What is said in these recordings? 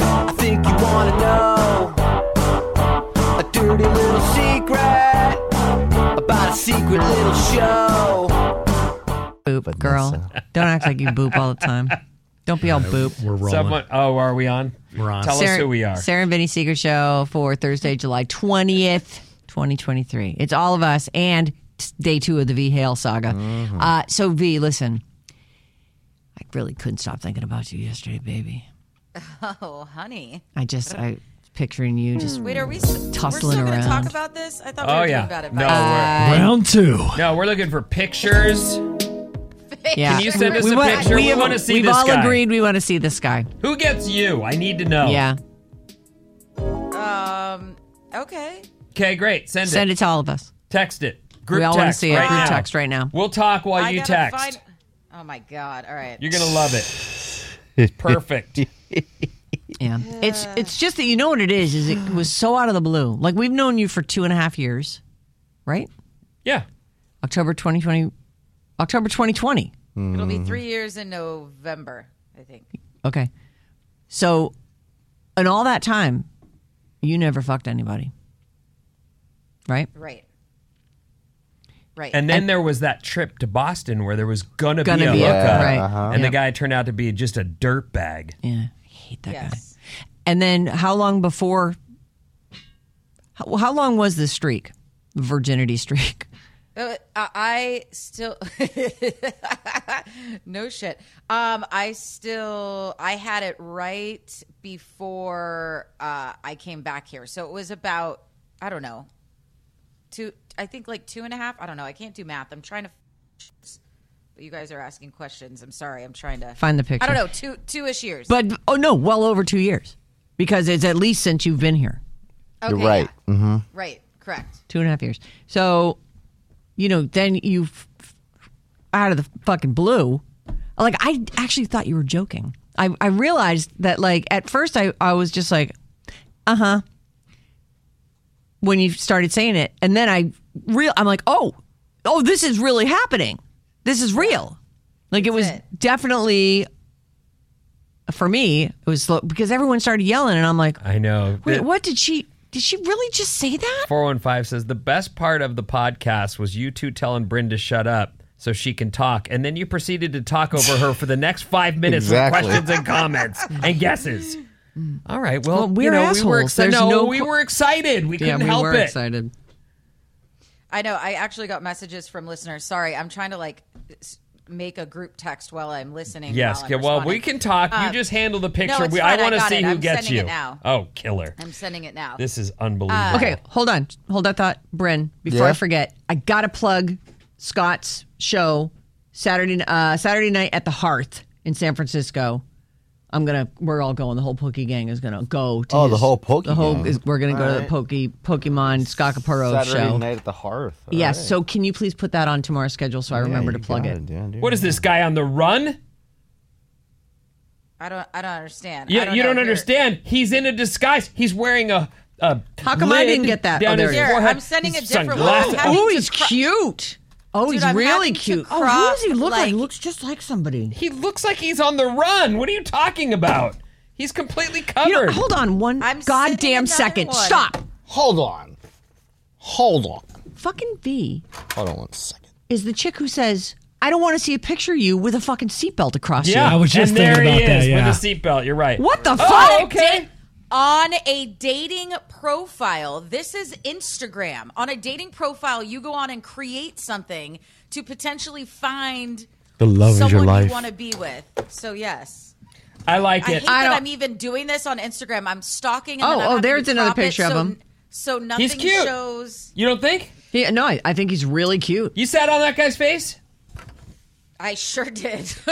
I think you wanna know a dirty little secret about a secret little show. boop, girl. Don't act like you boop all the time. Don't be all boop. We're rolling. Someone, oh, are we on? We're on. Tell us who we are. Sarah and Vinny Secret Show for Thursday, July 20th, 2023. It's all of us and it's day two of the V Hale saga. Mm-hmm. Uh, so, V, listen, I really couldn't stop thinking about you yesterday, baby. Oh, honey. I just, I was picturing you Mm. just. Wait, are we s- we're Tussling still going to around. talk about this? I thought we Oh were yeah. doing about it. No, Round two. we're, no, we're looking for pictures. Yeah. Can you send us We a wa- picture? We have- wanna see We've this all guy. Oh. agreed we want to see this guy. Who gets you? I need to know. Yeah. Um, okay. Okay, great. Send, Send it. it to all of us. Text it. Group we all want to text see it. right Group now. text right now. We'll talk while I you gotta text. Find- oh, my God. All right. You're gonna love it. Perfect. Yeah. It's it's just that you know what it is, is it was so out of the blue. Like we've known you for two and a half years, right? Yeah. October twenty twenty October twenty twenty. It'll be Mm. three years in November, I think. Okay. So in all that time, you never fucked anybody. Right? Right. Right. And then there was that trip to Boston where there was gonna, Gonna be a be a- hookup, right. Uh-huh. and Yep. the guy turned out to be just a dirt bag. Yeah. I hate that yes. guy. And then how long before how, how long was this streak? Virginity streak. Uh, I- I still no shit. Um, I still I had it right before uh, I came back here, so it was about I don't know two. I think like two and a half. I don't know. I can't do math. I'm trying to. But you guys are asking questions. I'm sorry. I'm trying to Find the I picture. don't know. Two two ish years. But oh no, well over two years. Because it's at least since you've been here. you're right. Mm-hmm. Right. Correct. two and a half years. So, you know, then you f- f- out of the fucking blue, like I actually thought you were joking. I, I realized that like at first I, I was just like, uh huh. When you started saying it, and then I real I'm like, oh, oh, this is really happening. This is real. Like it was it. definitely for me. It was slow because everyone started yelling, and I'm like, I know. wait, The- what did she? Did she really just say that? 415 says the best part of the podcast was you two telling Bryn to shut up so she can talk, and then you proceeded to talk over her for the next five minutes Exactly. with questions and comments and guesses. Mm. All right, well, Well, we're you know, we were assholes. excited. There's No, no we qu- were excited. We couldn't help it. excited. I know. I actually got messages from listeners. Sorry, I'm trying to like s- make a group text while I'm listening. Yes, while I'm yeah, well, responding. we can talk. Uh, you just handle the picture. it's we, I fine. I want to got see it. who I'm gets sending you. it now. Uh, Oh, killer! I'm sending it now. This is unbelievable. Okay, hold on. Hold that thought, Bryn. Before I Yeah? forget, I gotta plug Scott's show Saturday uh, Saturday night at the Hearth in San Francisco. I'm gonna. We're all going. The whole Pokey gang is gonna go. to Oh, the his- whole Pokey The whole. gang. Is, we're gonna go to the right. Pokey Pokemon Skakaparo Saturday show. night at the hearth. All yes. right. So can you please put that on tomorrow's schedule so I Yeah, remember to you plug got it? dude, dude. What is this guy on the run? I don't. I don't understand. I Yeah, you know. don't Here- understand. He's in a disguise. He's wearing a. a How come I lid didn't get that? Oh, Down there his it is. Here, forehead. I'm sending a His different one. I'm sunglasses. having Oh, to he's cro- cute. Oh, Dude, he's I'm really having to cute. Oh, who crop, does he look like? like- Looks just like somebody. He looks like he's on the run. What are you talking about? He's completely covered. You know, hold on one I'm sending goddamn another second. one. Stop. Hold on. Hold on. Fucking V Hold on one second. is the chick who says, I don't want to see a picture of you with a fucking seatbelt across yeah, I was just and there thinking he about that, is yeah. with a seatbelt. You're right. you. What the Oh, fuck? okay. on a dating profile. This is Instagram. On a dating profile, you go on and create something to potentially find The love of your someone life. you want to be with. So yes. I like I it. hate that I'm even doing this on Instagram. I'm stalking. And Oh, then I'm oh, having to there's another crop picture it, of so, him. So nothing cute. shows. you don't think? Yeah, no, I, I think he's really cute. You sat on that guy's face? I sure did.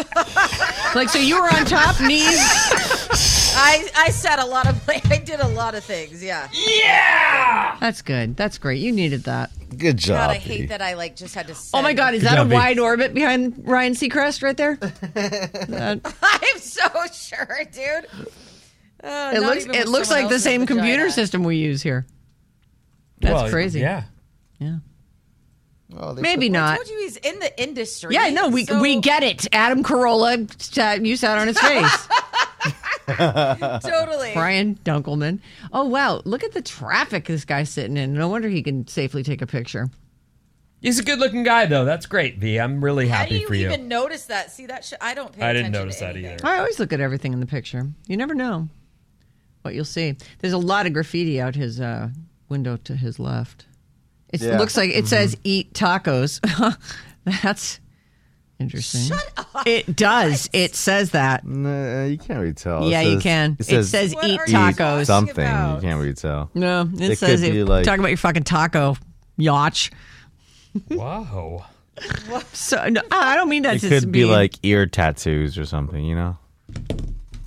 Like, so you were on top, knees. I I said a lot of. I did a lot of things. Yeah. That's good. That's great. You needed that. Good job. God, I hate Petey. that I like just had to. Oh my send- God, is that job, a Vic. wide orbit behind Ryan Seacrest right there? That- I'm so sure, dude. Uh, not it looks even it with looks someone like the else's same computer vagina. system we use here. That's Well, crazy. Yeah. Yeah. Oh, they Maybe I not. told you he's in the industry. Yeah, no, we so- we get it. Adam Carolla, sat- you sat on his face. totally. Brian Dunkelman. Oh wow, look at the traffic this guy's sitting in. No wonder he can safely take a picture. He's a good looking guy, though. That's great, V. I'm really How do happy you for you. even notice that? See that? Sh- I don't. Pay I didn't attention to notice that anything. either. I always look at everything in the picture. You never know what you'll see. There's a lot of graffiti out his uh, window to his left. It Yeah. Mm-hmm. looks like it says "Eat tacos." That's interesting. Shut up. It does. It says that. Nah, eh, you can't really tell. Oh, It Yeah, you says- can. It says What eat are you tacos. talking Something you about? can't really tell. No, it, It says could be it. like- talk about your fucking taco yacht. Wow. So no, I don't mean that It to could be mean- like ear tattoos or something. You know.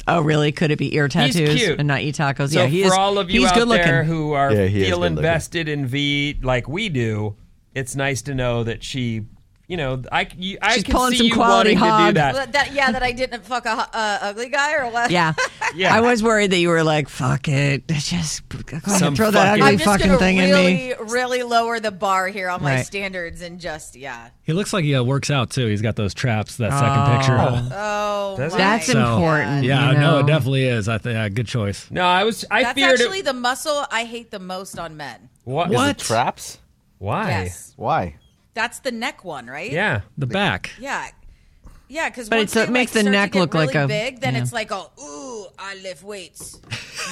Oh, really? Could it be ear tattoos cute. and not eat tacos? So yeah, he for is. all of you he's out good looking. there who are Yeah, he is feel good-looking. invested in V like we do, it's nice to know that she, you know, I, you, I She's can pulling see some you quality wanting to do hog. that. But that, yeah, that I didn't fuck a hu- uh, ugly guy or what? Yeah. Yeah. I was worried that you were like, fuck it. Just go ahead and Some throw that fucking- ugly I'm just fucking gonna thing really, in me. really lower the bar here on my Right. standards and just yeah. He looks like he uh, works out too. He's got those traps. That second picture. Oh, That's- my That's God. important. yeah, you know? no, it definitely is. I think uh, good choice. No, I was. I That's feared actually it. the muscle I hate the most on men. What? Is it traps? Why? Yes, Why? that's the neck one, right? Yeah. The back. yeah, yeah. Because But once it's- it they, makes like, the start to neck get look like really a- big. Then yeah. it's like, oh, ooh, I lift weights.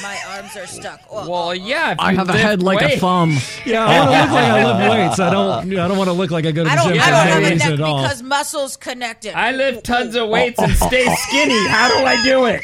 My arms are stuck. Oh, Well, yeah. if I you have a lift head like a weight- thumb. Yeah, I want to look like I lift weights. I don't. I don't want to look like I go to the I don't. gym I for don't no have a reason neck at all. because muscles connected. I lift tons of weights and stay skinny. How do I do it?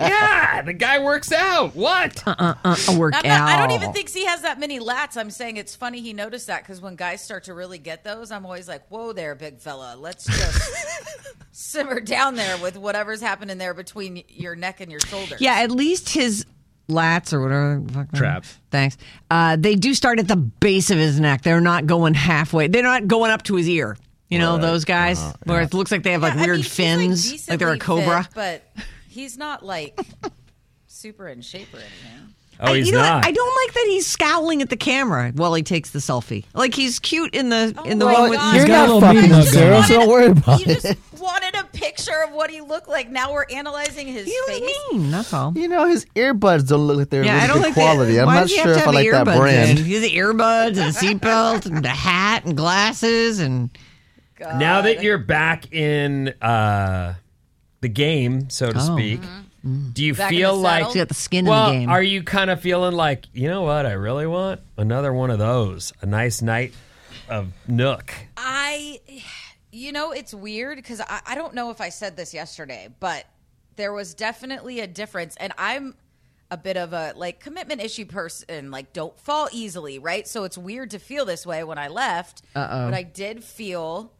yeah, the guy works out. What? I work I'm not, I don't out. even think he has that many lats. I'm saying it's funny he noticed that because when guys start to really get those, I'm always like, "Whoa there, big fella. Let's just simmer down there with whatever's happening there between your neck and your shoulders." Yeah, at least his lats or whatever. the fuck they're- Traps. Thanks. Uh, they do start at the base of his neck. They're not going halfway. They're not going up to his ear. You know, those guys Uh-huh, where it looks like they have like Yeah, I weird mean, he's, like, fins, like, they're a decently cobra. fit, but he's not like super in shape or anything. Oh, I- he's you know not. What? I don't like that he's scowling at the camera while he takes the selfie. Like he's cute in the in the Oh my one with God. You're got a not little fucking mean look Sarah, going on. so don't worry about You just wanted a picture of what he looked like. Now we're analyzing his he was face. mean. That's all. You know, his earbuds don't look like they're Yeah, I don't really like good quality. The, I'm why not does he sure have if to I like that have the earbuds brand. In? He has the earbuds and the seatbelt and the hat and glasses and now Uh, that you're back in uh, the game, so to speak, do you Mm-hmm. Back in feel the like? saddle? he's Oh. Mm-hmm. got the skin well, in the game. are you kind of feeling like you know what? I really want another one of those. A nice night of Nook. I, you know, it's weird because I, I don't know if I said this yesterday, but there was definitely a difference. And I'm a bit of a like commitment issue person, like don't fall easily, right? So it's weird to feel this way when I left. Uh-oh. But I did feel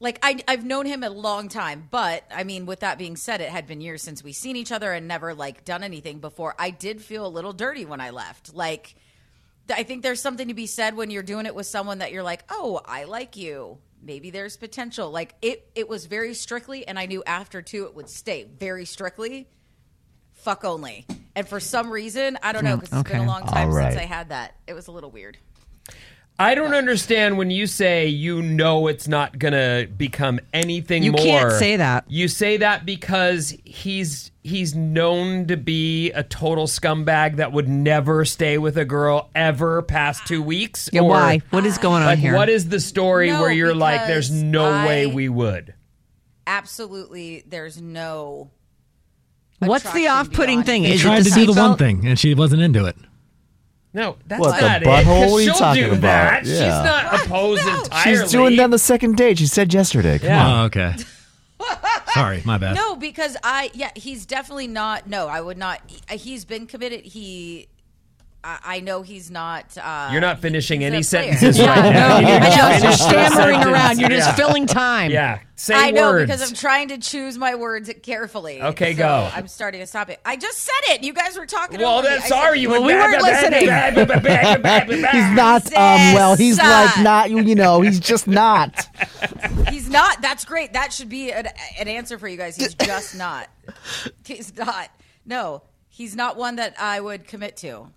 like I, I've known him a long time, but I mean, with that being said, it had been years since we seen each other and never like done anything before. I did feel a little dirty when I left. Like, th- I think there's something to be said when you're doing it with someone that you're like, oh, I like you. Maybe there's potential. Like it, it was very strictly, and I knew after two it would stay very strictly. Fuck only, and for some reason I don't know because it's okay. been a long time All since right. I had that. It was a little weird. I don't understand when you say you know it's not gonna become anything You more. can't say that. You say that because he's he's known to be a total scumbag that would never stay with a girl ever past two weeks. yeah, or- why? What is going on Like, here? what is the story No, where you're like, there's because no I- way we would? Absolutely, there's no. What's the attraction off-putting beyond- thing? He Is tried it the to do the seatbelt? one thing, and she wasn't into it. No, that's What, the not it. butthole? What are you She'll talking do about? that. She's Yeah. not opposed entirely. She's doing that on the second date. She said yesterday. Come Yeah. on. Oh, okay. Sorry, my bad. No, because I yeah, he's definitely not. No, I would not. He's been committed. He, I, I know he's not. Uh, You're not finishing he's any a player. sentences right now. You I need to know, finish you're the stammering sentence. around. You're just Yeah. filling time. Yeah, say I know words. because I'm trying to choose my words carefully. Okay, So go. I'm starting to stop it. I just said it. You guys were talking. Well, over me. then I sorry, said- you Well, were we weren't listening. He's not um well. He's Jesus. like not you. You know, he's just not. He's not. That's great. That should be an, an answer for you guys. He's just not. He's not. No, he's not one that I would commit to.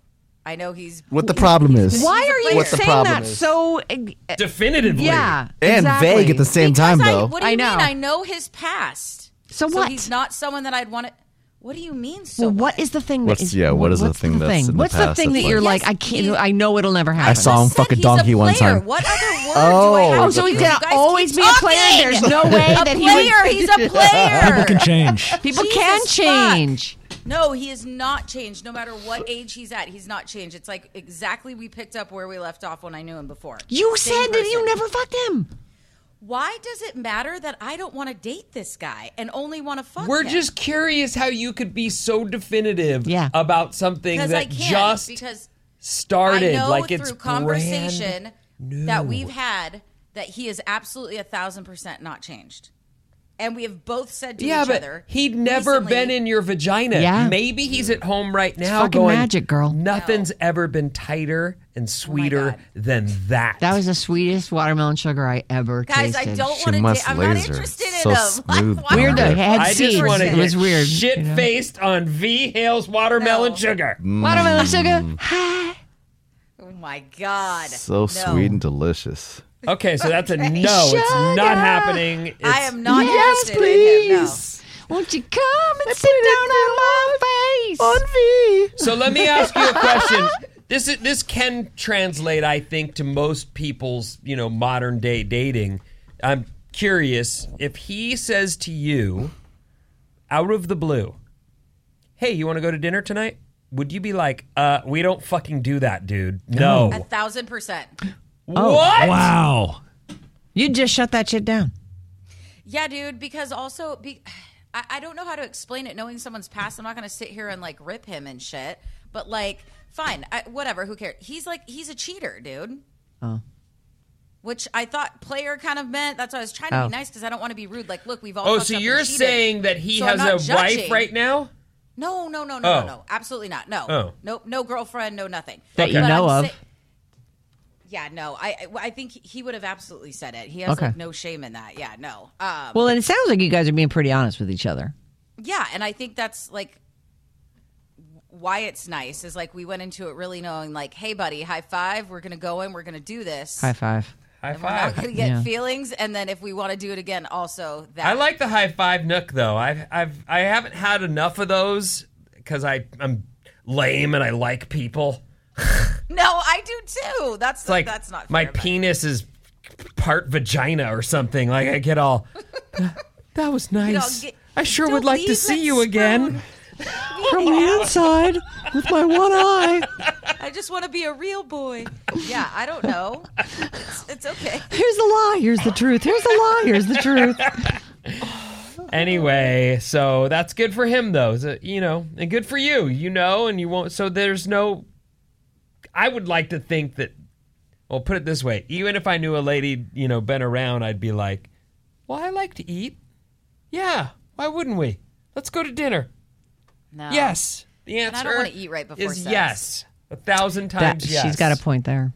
I know he's. What the problem is? Why are you What the saying problem that is. so? uh, Definitively. Yeah, And exactly. vague at the same Because time, I, though. What do I you know. mean? I know his past. So So what? he's not someone that I'd want to. What do you mean? So Well, what? what is the thing? What's- that is, yeah, what is the what's thing that's in the What's the past thing that that's you're like- like? I Yes, he- can't. I know it'll never happen. I saw him Just said fuck a he's a donkey one player. time. What other word Oh. do I have? Oh, so to he's use? gonna You guys always keep be a player? talking. There's no way a that he would- player. He's a player. People can change. People Jesus can fuck. change. No, he has not changed. No matter what age he's at, he's not changed. It's like exactly we picked up where we left off when I knew him before. You Same said that you person. never fucked him. Why does it matter that I don't want to date this guy and only want to fuck? We're him? just curious how you could be so definitive Yeah. about something because that I can't just because started. I know like through it's conversation brand that new. we've had that he is absolutely a thousand percent not changed, and we have both said to Yeah, each but other, he'd never recently, been in your vagina. Yeah. Maybe he's at home right now fucking going, magic, girl. Nothing's ever been tighter and sweeter Oh God. than that. That was the sweetest watermelon sugar I ever Guys, I tasted. don't She want to. must I'm not laser. interested So in him. smooth why Weird would Weird though. I- Yeah. Had I just seeds. want to It get was weird. shit you know? faced on V Hale's watermelon No. sugar. Watermelon sugar. Oh my god! So No. sweet and delicious. Okay, so that's a no. It's not happening. It's, I am not Yes, interested in him. No. Won't you come and sit down on my face? So let me ask you a question. This is this can translate, I think, to most people's you know modern day dating. I'm curious if he says to you, out of the blue, "Hey, you want to go to dinner tonight?" Would you be like, "Uh, we don't fucking do that, dude. No." A thousand percent. Oh, what? Wow. You just shut that shit down. Yeah, dude. Because also, be, I, I don't know how to explain it. Knowing someone's past, I'm not gonna sit here and like rip him and shit. But like, fine, I, whatever. Who cares? He's like, he's a cheater, dude. Oh. Which I thought player kind of meant. That's why I was trying to Oh. be nice because I don't want to be rude. Like, look, we've all. Oh, fucked so up and you're cheated. saying that he So I'm has not a wife judging. right now? No, no, no, no, Oh. no, no. Absolutely not. No. Oh. No, no girlfriend, no nothing. That you But know of. yeah, no. I I- I think he would have absolutely said it. He has Okay. like, no shame in that. Yeah, no. Um, Well, and it sounds like you guys are being pretty honest with each other. yeah, and I think that's like why it's nice is like we went into it really knowing like, hey, buddy, high five. We're gonna go in. We're gonna do this. High five. High We're not five. gonna get Yeah. feelings, and then if we want to do it again, also that. I like the high five nook though. I've I've I haven't had enough of those because I I'm lame and I like people. No, I do too. That's It's like that's not fair, my but- penis is part vagina or something. Like I get all that was nice. get- I sure Don't would like to leave see that you again. spoon. From the inside, with my one eye. I just want to be a real boy. Yeah, I don't know. It's, it's okay. Here's the lie. Here's the truth. Here's the lie. Here's the truth. Anyway, so that's good for him though. Is it- you know, and good for you. You know, and you won't. So there's no. I would like to think that. Well, put it this way: even if I knew a lady, you know, been around, I'd be like, "Well, I like to eat. Yeah, why wouldn't we? Let's go to dinner. No. Yes. The answer Oh. I don't wanna eat right before is sex. yes. A thousand That- times yes. She's got a point there.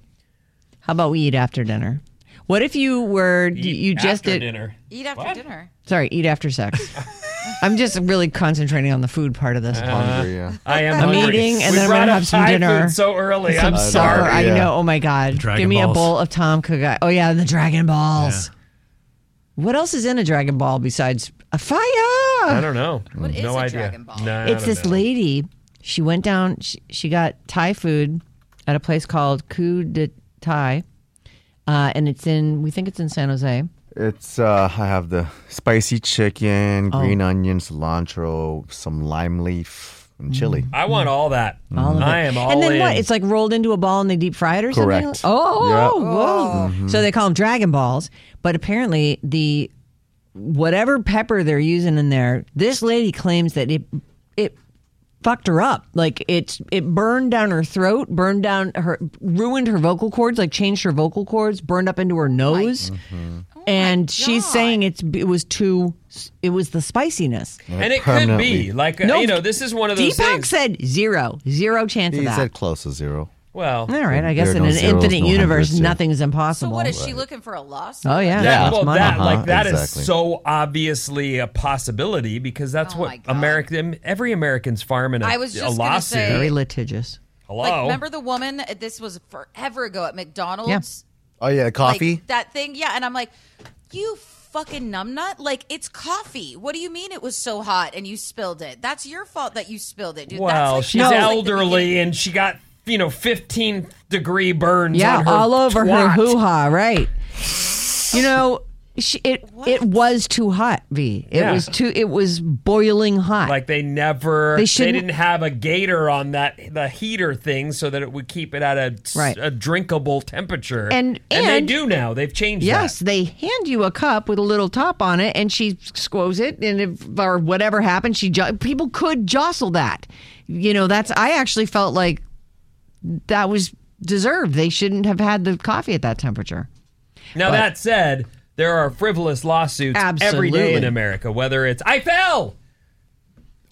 How about we eat after dinner? What if you were you just after did dinner. Eat after What? dinner. sorry eat after sex? I'm just really concentrating on the food part of this. Uh-huh. Hungry, yeah. I am hungry. eating, and we then I'm brought gonna up have some Thai dinner. Food so early. I'm Some sorry. supper. I yeah. know. Oh my god! Dragon Give me a Balls. bowl of Tom Cook. Oh yeah, and the Dragon Balls. What else is in a Dragon Ball besides a fire? I don't know. What is no a idea. Dragon Ball? No, I it's don't this know. lady. She went down. She, she got Thai food at a place called Ku de Thai, uh, and it's in. We think it's in San Jose. It's uh, I have Oh. the spicy chicken, green onion, cilantro, some lime leaf, and chili. I want all that. All of it. I am all And then in. what? It's like rolled into a ball and they deep fry it or Correct. something? Oh, Yeah. oh, whoa. Mm-hmm. So they call them Dragon Balls. But apparently, the whatever pepper they're using in there, this lady claims that it it fucked her up. Like it's it burned down her throat, burned down her, ruined her vocal cords, like changed her vocal cords, burned up into her nose. And she's God. saying it's it was too, it was the spiciness. and it could be Permanently. like uh, No, you know, this is one of those Deepak things. said zero, zero chance He of that. said close to zero. well, All right, I There guess are in no an zeros, infinite no universe, hundreds, yeah. nothing's So impossible. what is she looking for a lawsuit? oh yeah, That, that's well, money. that like Uh-huh, that is exactly. so obviously a possibility because that's Oh my what God. American every American's farming. A, I was a just gonna lawsuit. say- very litigious. Hello, Like, remember the woman? uh, This was forever ago at McDonald's. Oh yeah, Like, coffee. that thing, yeah. And I'm like, you fucking numbnut! Like it's coffee. What do you mean it was so hot and you spilled it? That's your fault that you spilled it, dude. well, That's like, she's that's like the elderly beginning. and she got you know 15 degree burns. Yeah, on her all over her twat. hoo ha. Right. You know, she, it it was too hot. V. It Yeah. was too. It was boiling hot. Like they never, They they, shouldn't- didn't have a gator on that the heater thing so that it would keep it at a, s- Right. a drinkable temperature. And- they and- do now. They've changed. Yes, that. they hand you a cup with a little top on it, and she squoze it, and if or whatever happened, she jo- people could jostle that. You know, that's I actually felt like that was deserved. They shouldn't have had the coffee at that temperature. Now that said, there are frivolous lawsuits every day in Absolutely. America. Whether it's I fell.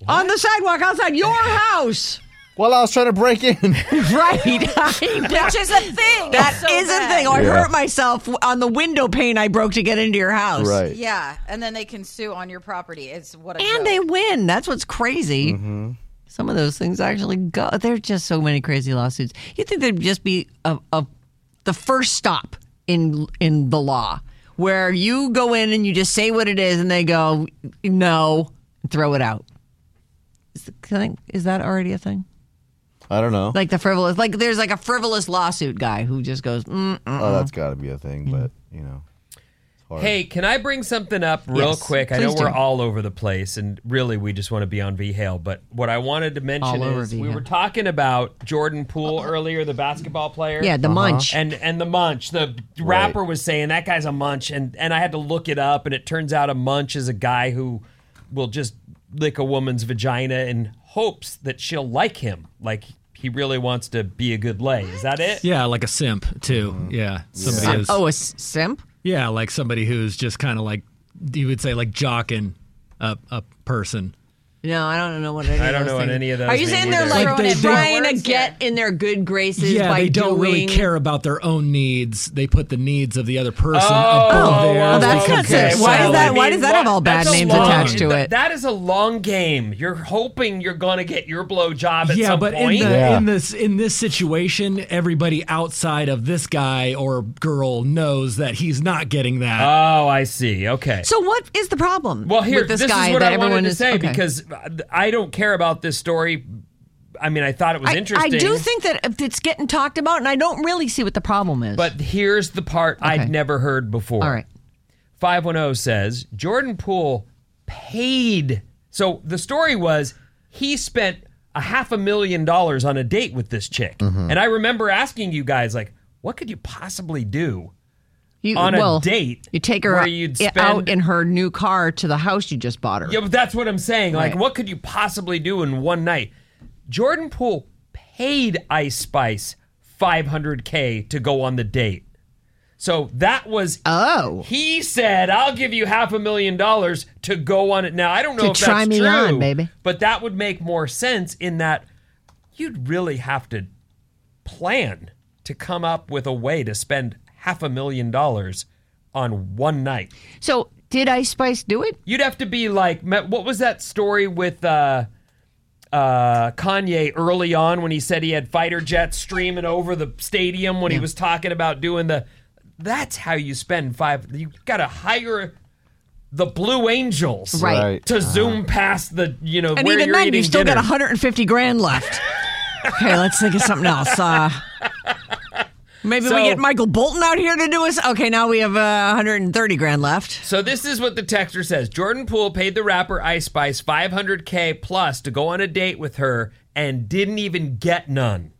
on the sidewalk outside your house. Well, I was trying to break in. Right. I know. Which is a thing. That It's so is a bad. thing. I Yeah. hurt myself on the window pane I broke to get into your house. right. Yeah, and then they can sue on your property. It's what a And joke. they win. That's what's crazy. Mm-hmm. Some of those things actually go. There are just so many crazy lawsuits. You think there'd just be a, a the first stop in in the law where you go in and you just say what it is, and they go no, and throw it out. Is, the, can I- is that already a thing? I don't know. Like the frivolous, like there's like a frivolous lawsuit guy who just goes, mm, mm, oh, that's got to be a thing, but you know. Hey, can I bring something up real Yes, quick? I know please do. we're all over the place, and really we just want to be on V Hale. But what I wanted to mention All over is V. we Hale. were talking about Jordan Poole earlier, the basketball player. yeah, the munch. Uh-huh. and and the munch the rapper was saying that guy's a munch and and i had to look it up and it turns out a munch is a guy who will just lick a woman's vagina in hopes that she'll like him like he really wants to be a good lay is that it Yeah, like a simp too. Yeah, somebody is. Oh, a s- simp? Yeah, like somebody who's just kind of like you would say like jocking a a person. No, I don't know what any I don't of those know what things- any of those Are you mean saying they're either. like, Like, they- they- trying to Words get in their good graces yeah, by they don't doing really care about their own needs. They put the needs of the other person above Oh, theirs. well, that's because not they're sense. Why so- is that- I why mean, does that have all bad that's a names long- attached to it? That is a long game. You're hoping you're going to get your blow job at yeah, some but point. in the, Yeah. in this in this situation, everybody outside of this guy or girl knows that he's not getting that. oh, I see. Okay. So what is the problem? Well, here, with this, this, guy is what that I everyone wanted to is say okay. because I don't care about this story. I mean, I thought it was I, I interesting. do think that it's getting talked about, and I don't really see what the problem is. But here's the part Okay. I'd never heard before. all right, 510 says Jordan Poole paid. So the story was he spent a half a million dollars on a date with this chick. Mm-hmm. And I remember asking you guys, like, what could you possibly do? you, On a well, date you take her where out- you'd i- out spend- in her new car to the house you just bought her. Yeah, but that's what I'm saying. Like, Right. what could you possibly do in one night? Jordan Poole paid Ice Spice 500K to go on the date. So that was. Oh. He said, I'll give you half a million dollars to go on it. Now, I don't know To if try that's me true, on, baby. but that would make more sense in that you'd really have to plan to come up with a way to spend half a million dollars on one night. So did Ice Spice do it? You'd have to be like, me- what was that story with uh, uh, Kanye early on when he said he had fighter jets streaming over the stadium when he was talking about doing the. That's how you spend five. You got to hire the Blue Angels Right. to zoom past the, you know, And where even you're then, eating you still dinner. got 150 grand left. okay, let's think of something else. Uh, Maybe So- we get Michael Bolton out here to do us. Okay, now we have uh, 130 grand left. So this is what the texter says. Jordan Poole paid the rapper Ice Spice 500k plus to go on a date with her and didn't even get none.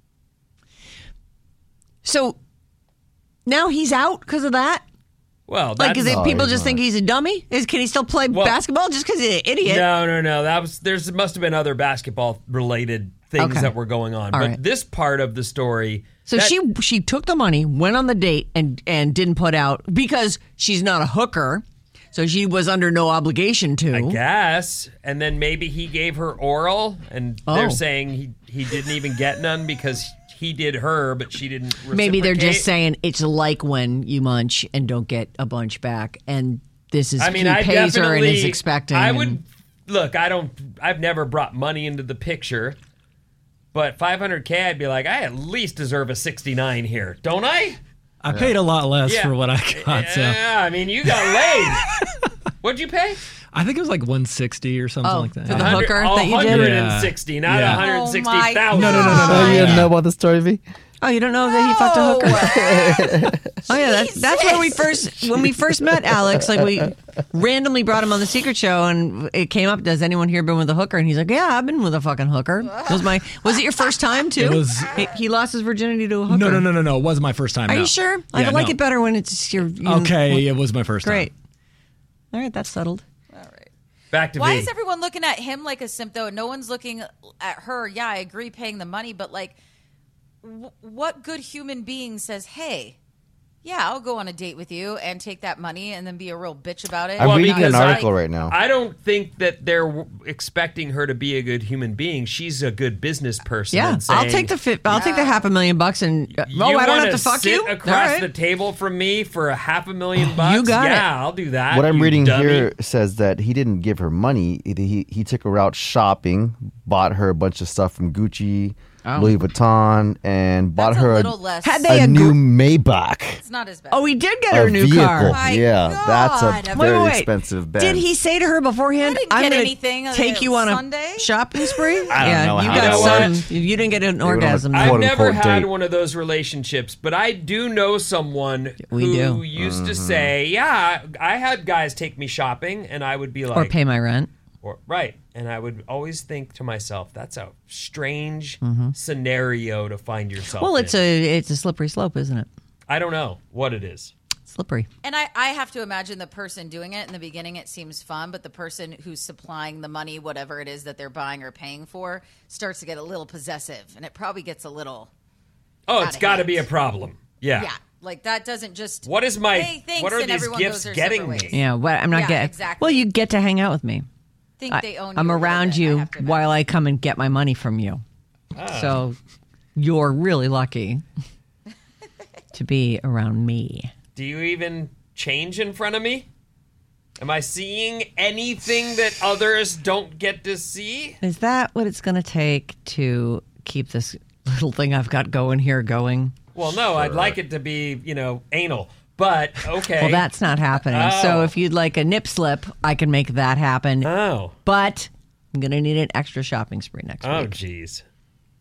So now he's out because of that. Well, Like, that's is it people he's just think he's a dummy? Is can he still play basketball just because he's an idiot? No, no, no. That was there's must have been other basketball related things Okay. that were going on. All but right. this part of the story So that- she she took the money, went on the date, and and didn't put out because she's not a hooker, so she was under no obligation to. I guess. And then maybe he gave her oral and Oh. they're saying he, he didn't even get none because he did her, but she didn't Maybe they're just reciprocate. saying it's like when you munch and don't get a bunch back, and this is I mean, he I pays her and definitely is expecting. I and- would look. I don't. I've never brought money into the picture, but 500k, I'd be like, I at least deserve a 69 here, don't I? I paid a lot less Oh. Yeah. for what I got. So Yeah. I mean, you got laid. What'd you pay? I think it was like 160 or something Oh, like that. Uh-huh. for the Yeah. hooker that you did? 160, not Yeah. 160,000. Oh my no, Oh, you didn't know about the story, V? oh, you don't know that he fucked a hooker. Oh yeah, that, that's when we Jesus. first when we first met Alex. Like we randomly brought him on the Secret Show, and it came up. Does anyone here been with a hooker? And he's like, Yeah, I've been with a fucking hooker. It was my was it your first time too? It was- He, he lost his virginity to a hooker. No, no, no, no, no. It was my first time. Are no. you sure? I Yeah, would like no. it better when it's your. you- Okay, it was my first great. time. All right, that's settled. All right. Back to Why me. is everyone looking at him like a simp though? No one's looking at her. Yeah, I agree paying the money, but like, w- what good human being says, "Hey, yeah, I'll go on a date with you and take that money and then be a real bitch about it"? I'm Well, reading because an I- article right now. I don't think that they're w- expecting her to be a good human being. She's a good business person. Yeah, and I'll saying, take the fi- I'll take the half a million bucks and uh, oh, you I don't have wanna to fuck sit you. All across right. the table from me for a half a million bucks. got it. yeah, I'll do that. What I'm you reading dummy. here says that he didn't give her money. He, he, he took her out shopping, bought her a bunch of stuff from Gucci, Louis Vuitton, and bought That's her a a, little less. Had they a agree- new Maybach. it's not as bad. Oh, he did get her a new vehicle. car. My yeah, God. that's a Wait, very wait, wait. expensive bed. Did he say to her beforehand, didn't "I'm get gonna anything on take a you on a Sunday." shopping spree"? I don't yeah, know you how got that some. worked. You didn't get an on a orgasm. quote I've unquote never had date. one of those relationships, but I do know someone We who do. used Mm-hmm. to say, "Yeah, I had guys take me shopping, and I would be or like, pay my rent. or- right," and I would always think to myself, "That's a strange scenario to find yourself." Mm-hmm. Well, it's in. a it's a slippery slope, isn't it? I don't know what it is. Slippery. And I, I have to imagine the person doing it in the beginning, it seems fun, but the person who's supplying the money, whatever it is that they're buying or paying for, starts to get a little possessive. And it probably gets a little, Oh, it's Outta got to hand. be a problem. Yeah. yeah, like that doesn't just. What is my? Hey, thanks, what are and these everyone goes gifts their getting separate me? ways. Yeah, what I'm not Yeah, getting. exactly. Well, you get to hang out with me. Think they own I'm you a little around bit, I you have to imagine. while I come and get my money from you. Ah. So you're really lucky to be around me. Do you even change in front of me? Am I seeing anything that others don't get to see? Is that what it's going to take to keep this little thing I've got going here going? Well, no, I'd like it to be, you know, anal. But okay. Well, that's not happening. Oh. So if you'd like a nip slip, I can make that happen. Oh. But I'm going to need an extra shopping spree next Oh, week. jeez.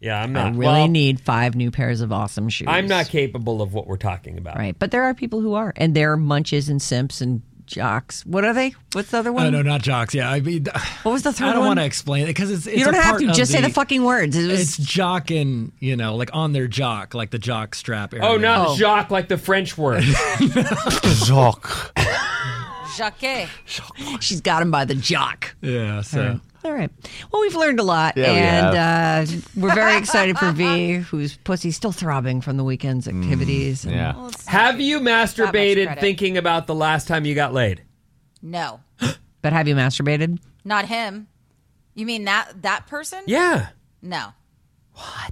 Yeah, I'm I not. really well, need five new pairs of awesome shoes. I'm not capable of what we're talking about. Right. But there are people who are. And there are munches and simps and jocks. What are they? What's the other one? No, no, not jocks. Yeah, I mean, What was the I third don't one? want to explain it because it's, it's You don't a have part to. of Just say the the- fucking words. It was It's jock and you know, like on their jock, like the jock strap area. Oh, not Oh. Jacques like the French word. Jacques. Jacquet. she's got him by the jock. Yeah. So All right. Well, we've learned a lot, Yeah, we and uh, we're very excited for V, whose pussy's still throbbing from the weekend's activities. and- Mm, Yeah. Have you masturbated credit. thinking about the last time you got laid? No, But have you masturbated? not him. You mean that that person? Yeah. No.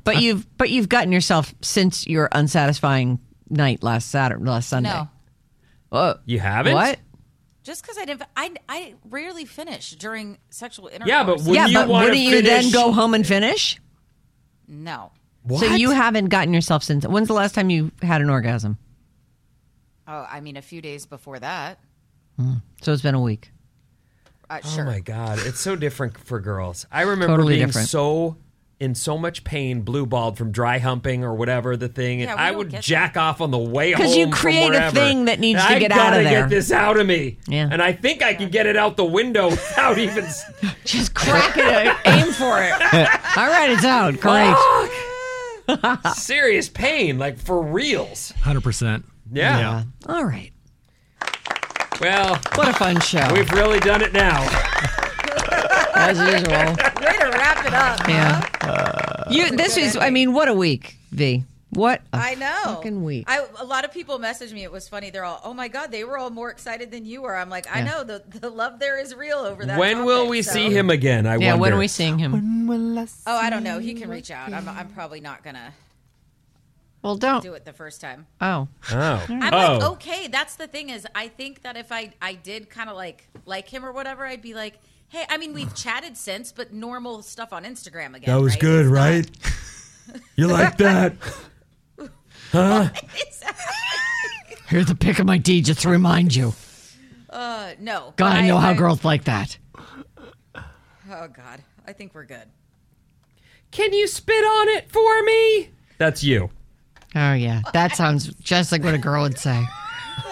But you've but you've gotten yourself since your unsatisfying night last Saturday, last Sunday. No. You haven't? What? Just because I didn't, I, I rarely finish during sexual intercourse. Yeah, but would yeah, you but want to wouldn't you then finish- go home and finish? no. So you haven't gotten yourself since. When's the last time you had an orgasm? Oh, I mean, a few days before that. So it's been a week. Uh, Oh sure. my god, it's so different for girls. I remember Totally being different. so in so much pain, blue balled from dry humping or whatever the thing, and Yeah, we I don't would get jack off on the way home. 'Cause you from create a wherever. thing that needs And to I get out of gotta there. Get this out of me. Yeah. And I think I can get it out the window without even. s- Just crack it. aim for it. All right, it's out. Great. serious pain, like for reals. 100%. Yeah. All right. Well, What a fun show. we've really done it now. As usual. Way to wrap it up. Yeah. Uh, you. This is. I mean, what a week, V. What a I know. fucking week. I, a lot of people messaged me. It was funny. They're all, oh my God, they were all more excited than you were. I'm like, I Yeah. know. The, the love there is real over that. when will topic, we so- see him again? I yeah. wonder. When are we seeing him? Oh, I don't know. He can reach out. I'm, I'm probably not going to Well, don't. do it the first time. Oh. Oh, I'm Oh. like, okay, that's the thing is I think that if I I did kind of like like him or whatever, I'd be like, hey, I mean, we've chatted since, but normal stuff on Instagram again. That was right? good, right? you like that? It's- Here's the pick of my D just to remind you. uh, no. God, I But know how girls like that. Oh God, I think we're good. can you spit on it for me? That's you. Oh yeah, that sounds just like what a girl would say.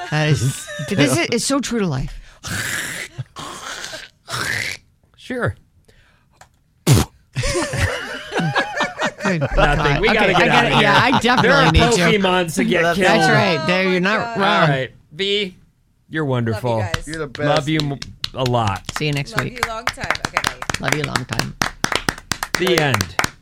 That is, this is, it's so true to life. Sure. Good Nothing. We God. gotta Okay, get I out of here. Yeah, I There are definitely need you. Pokemons to get killed. That's right. There, you're Oh not wrong. All right, V, you're wonderful. Love you guys. the best. Love you m- a lot. See you next Love week. you long time. Okay, bye. Love you a long time. The end.